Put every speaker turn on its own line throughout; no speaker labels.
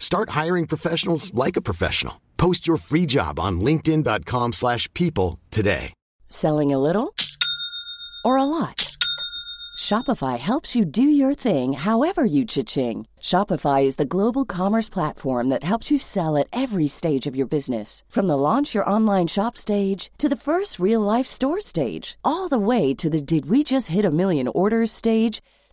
Start hiring professionals like a professional. Post your free job on linkedin.com/people slash people today.
Selling a little or a lot? Shopify helps you do your thing however you cha-ching. Shopify is the global commerce platform that helps you sell at every stage of your business. From the launch your online shop stage to the first real life store stage, all the way to the did we just hit a million orders stage.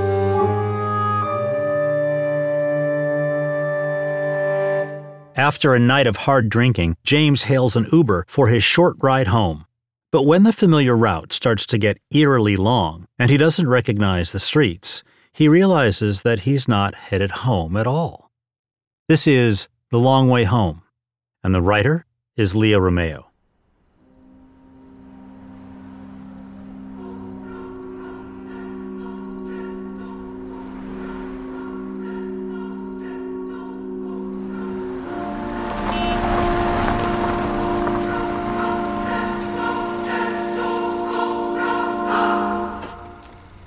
After a night of hard drinking, James hails an Uber for his short ride home. But when the familiar route starts to get eerily long and he doesn't recognize the streets, he realizes that he's not headed home at all. This is The Long Way Home, and the writer is Leah Romeo.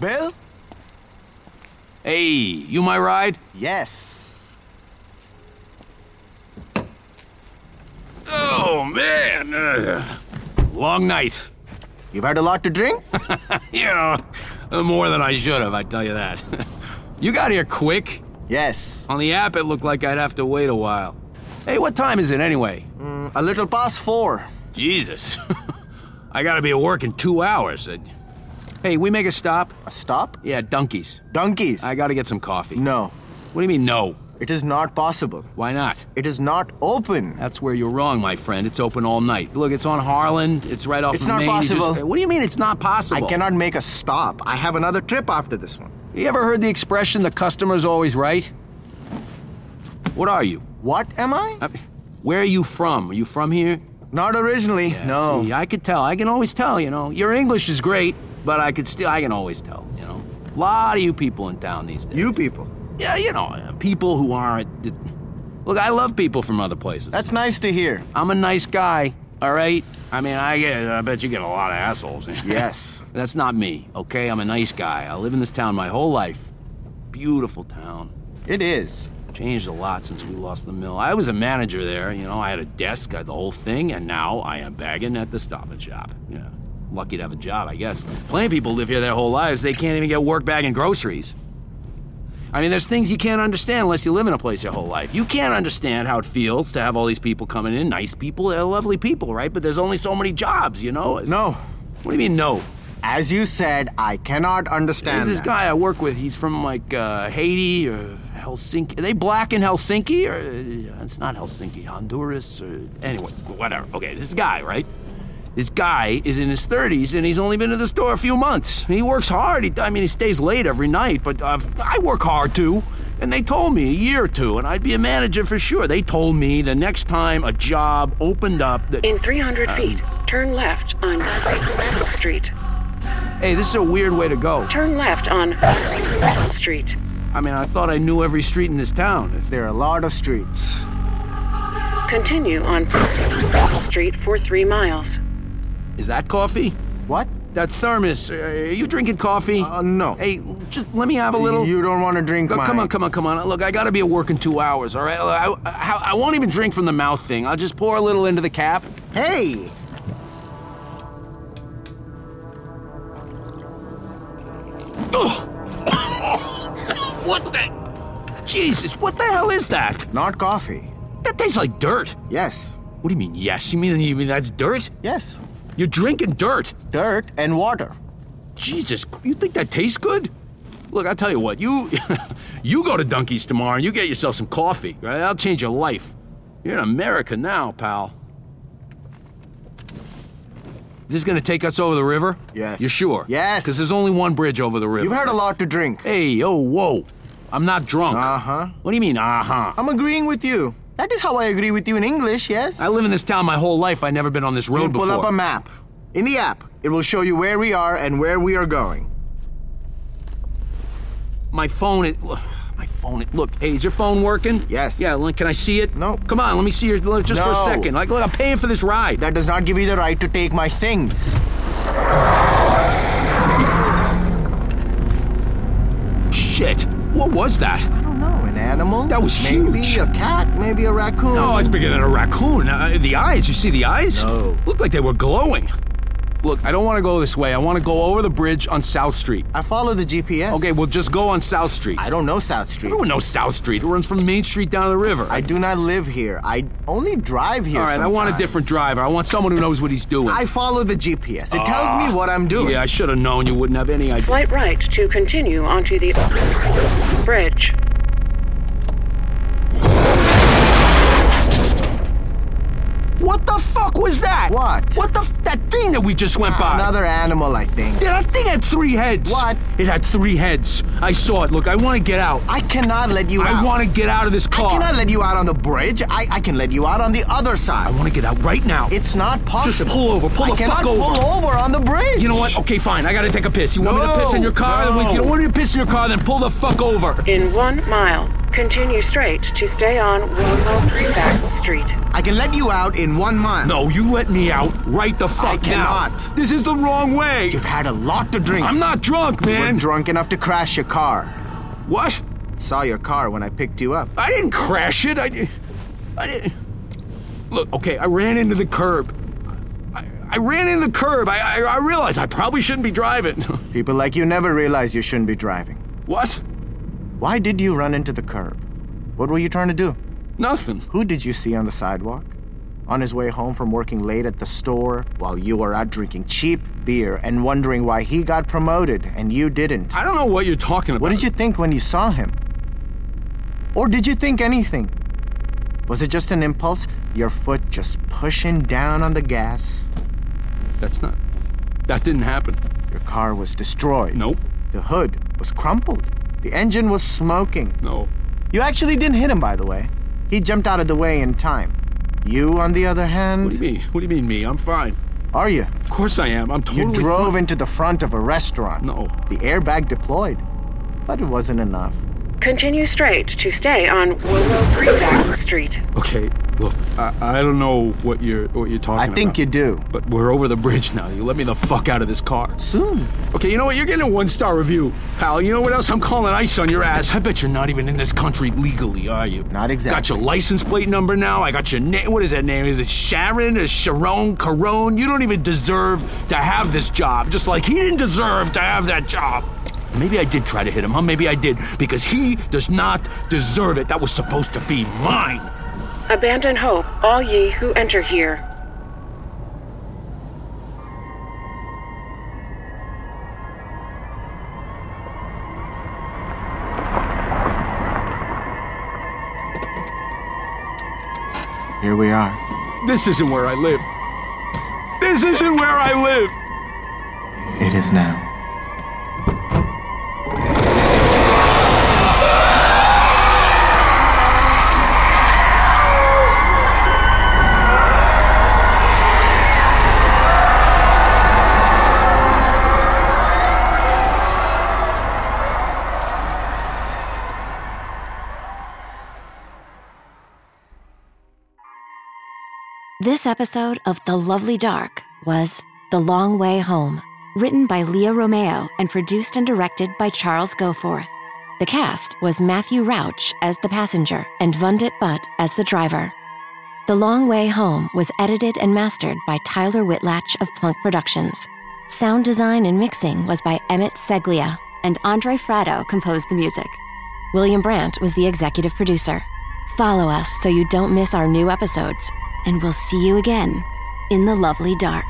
Bill?
Hey, you my ride?
Yes.
Oh, man. Ugh. long night.
You've had a lot to drink?
Yeah, more than I should have, I tell you that. you got here quick.
yes.
On the app, it looked like I'd have to wait a while. Hey, what time is it anyway?
Mm, A little past four.
Jesus. I gotta be at work in two hours. Uh, Hey, we make a stop?
A stop?
Yeah, Dunkies.
Donkeys?
I gotta get some coffee.
No,
What do you mean, no?
it is not possible.
Why not?
It is not open.
That's where you're wrong, my friend. It's open all night. Look, it's on Harlan. It's right off
It's
of
not
Main. You just-
possible.
What do you mean it's not
I
possible?
cannot make a stop. I have another trip after this one.
You ever heard the expression, the customer's always right? What are you?
What am I?
I- Where are you from? Are you from here?
Not originally. no.
See, I could tell. I can always tell, you know. Your English is great, but I could still, I can always tell, you know. A lot of you people in town these days.
you people.
Yeah, you know, uh, people who aren't. uh, Look, I love people from other places.
That's nice to hear.
I'm a nice guy, all right? I mean, I get, I bet you get a lot of assholes.
Yes.
That's not me, okay? I'm a nice guy. I live in this town my whole life. Beautiful town.
It is.
Changed a lot since we lost the mill. I was a manager there, you know, I had a desk, I had the whole thing, and now I am bagging at the stop and shop. Yeah. Lucky to have a job, I guess. Plenty of people live here their whole lives, they can't even get work bagging groceries. I mean, there's things you can't understand unless you live in a place your whole life. You can't understand how it feels to have all these people coming in, nice people, they're lovely people, right? But there's only so many jobs, you know? It's-
No.
What do you mean, no?
As you said, I cannot understand.
There's this
that.
guy I work with. He's from like uh, Haiti or Helsinki. Are they black in Helsinki or uh, it's not Helsinki, Honduras or anyway, whatever. Okay, this guy, right? This guy is in his 30s and he's only been to the store a few months. He works hard. He, I mean, he stays late every night, but uh, I work hard too. And they told me a year or two, and I'd be a manager for sure. They told me the next time a job opened up that.
In 300
Um,
feet, turn left on Randall Street.
Hey, this is a weird way to go.
Turn left on Randall Street.
I mean, I thought I knew every street in this town.
There are a lot of streets.
Continue on Randall Street for three miles.
Is that coffee?
What?
That thermos. uh, Are you drinking coffee?
Uh, no.
hey, just let me have a little.
You don't want to drink
Look, come
mine.
on, come on, come on. Look, I gotta be at work in two hours, all right? I, I, I won't even drink from the mouth thing. I'll just pour a little into the cap.
Hey!
What the? Jesus, what the hell is that?
Not coffee.
That tastes like dirt.
Yes.
What do you mean, yes? You mean, you mean that's dirt?
Yes.
You're drinking dirt.
Dirt and water.
Jesus, you think that tastes good? Look, I'll tell you what, you you go to Dunkey's tomorrow and you get yourself some coffee, right? That'll change your life. You're in America now, pal. This is gonna take us over the river?
Yes.
You sure?
Yes.
Because there's only one bridge over the river.
You've had a lot to drink.
Hey, oh, whoa. I'm not drunk.
Uh-huh.
What do you mean, uh-huh?
I'm agreeing with you. That is how I agree with you in English, yes?
I live in this town my whole life. I've never been on this road
You'll pull
before.
up a map. In the app, it will show you where we are and where we are going.
My phone, it. look, My phone, it. Look, hey, is your phone working?
Yes.
Yeah, look, can I see it?
No.
Come on, let me see your. Look, just for a
No.
second. Like, look, I'm paying for this ride.
That does not give you the right to take my things.
Shit. What was
I
that?
don't know, an animal?
That was
maybe
huge.
a cat, maybe a raccoon.
Oh, it's bigger than a raccoon. Uh, the eyes, you see the eyes?
No.
Looked like they were glowing. Look, I don't want to go this way. I want to go over the bridge on South Street.
I follow the GPS.
Okay, well, just go on South Street.
I don't know South Street.
Everyone knows South Street. It runs from Main Street down to the river.
I do not live here. I only drive here.
All right, I want a
sometimes.
different driver. I want someone who knows what he's doing.
I follow the GPS. It tells me what I'm doing.
Ah, Yeah, I should have known you wouldn't have any idea.
Slight right to continue onto the bridge.
What the fuck was that?
What?
What the f- that thing that we just went by?
Another animal, I think.
Yeah, that thing had three heads.
What?
It had three heads. I saw it. Look, I want to get out.
I cannot let you out.
I want to get out of this
I
car.
cannot let you out on the bridge. I, I can let you out on the other
I
side.
want to get out right now.
It's not possible.
pull over. Pull
I
the
cannot
fuck over.
pull over on the bridge.
you know what? Okay, fine. I gotta take a piss. You want me to
No,
piss in your car? Then we-
no.
You don't want me to piss in your car? Then pull the fuck over.
In one mile, continue straight to stay on 103 Baxel Street.
I can let you out in one mile.
No, you let me out right the fuck now.
cannot.
This is the wrong way.
You've had a lot to drink.
I'm not drunk,
You were
man.
drunk enough to crash your car.
What?
Saw your car when I picked you up.
I didn't crash it. I, di- I didn't. Look, okay, I ran into the curb. I, I ran into the curb. I, I, I realized I probably shouldn't be driving.
People like you never realize you shouldn't be driving.
what?
Why did you run into the curb? What were you trying to do?
Nothing.
Who did you see on the sidewalk? On his way home from working late at the store, while you were out drinking cheap beer and wondering why he got promoted and you didn't.
I don't know what you're talking about.
What did you think when you saw him? Or did you think anything? Was it just an impulse? Your foot just pushing down on the gas?
That's not. That didn't happen.
Your car was destroyed.
Nope.
The hood was crumpled. The engine was smoking.
No.
You actually didn't hit him, by the way. He jumped out of the way in time. You, on the other hand,
What do you mean? What do you mean me? I'm fine.
are you?
Of course I am. I'm totally.
You drove
fine.
into the front of a restaurant.
No.
The airbag deployed. But it wasn't enough.
Continue straight to stay on 103 Baxel Street.
Okay. Look, I, I don't know what you're what you're talking
I
about.
think you do.
But we're over the bridge now. You let me the fuck out of this car.
Soon.
Okay, you know what? You're getting a one-star review, pal. You know what else? I'm calling ice on your ass. I bet you're not even in this country legally, are you?
Not exactly.
Got your license plate number now. I got your name. What is that name? Is it Sharon or Sharon Caron? You don't even deserve to have this job. Just like he didn't deserve to have that job. Maybe I did try to hit him, huh? Maybe I did, because he does not deserve it. That was supposed to be mine.
Abandon hope, all ye who enter here.
Here we are.
This isn't where I live. This isn't where I live.
It is now.
This episode of The Lovely Dark was The Long Way Home, written by Leah Romeo and produced and directed by Charles Goforth. The cast was Matthew Rauch as the passenger and Vundit Butt as the driver. The Long Way Home was edited and mastered by Tyler Whitlatch of Plunk Productions. Sound design and mixing was by Emmett Seglia, and Andre Fratto composed the music. William Brandt was the executive producer. Follow us so you don't miss our new episodes and we'll see you again in the lovely dark.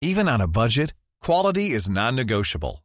Even on a budget, quality is non-negotiable.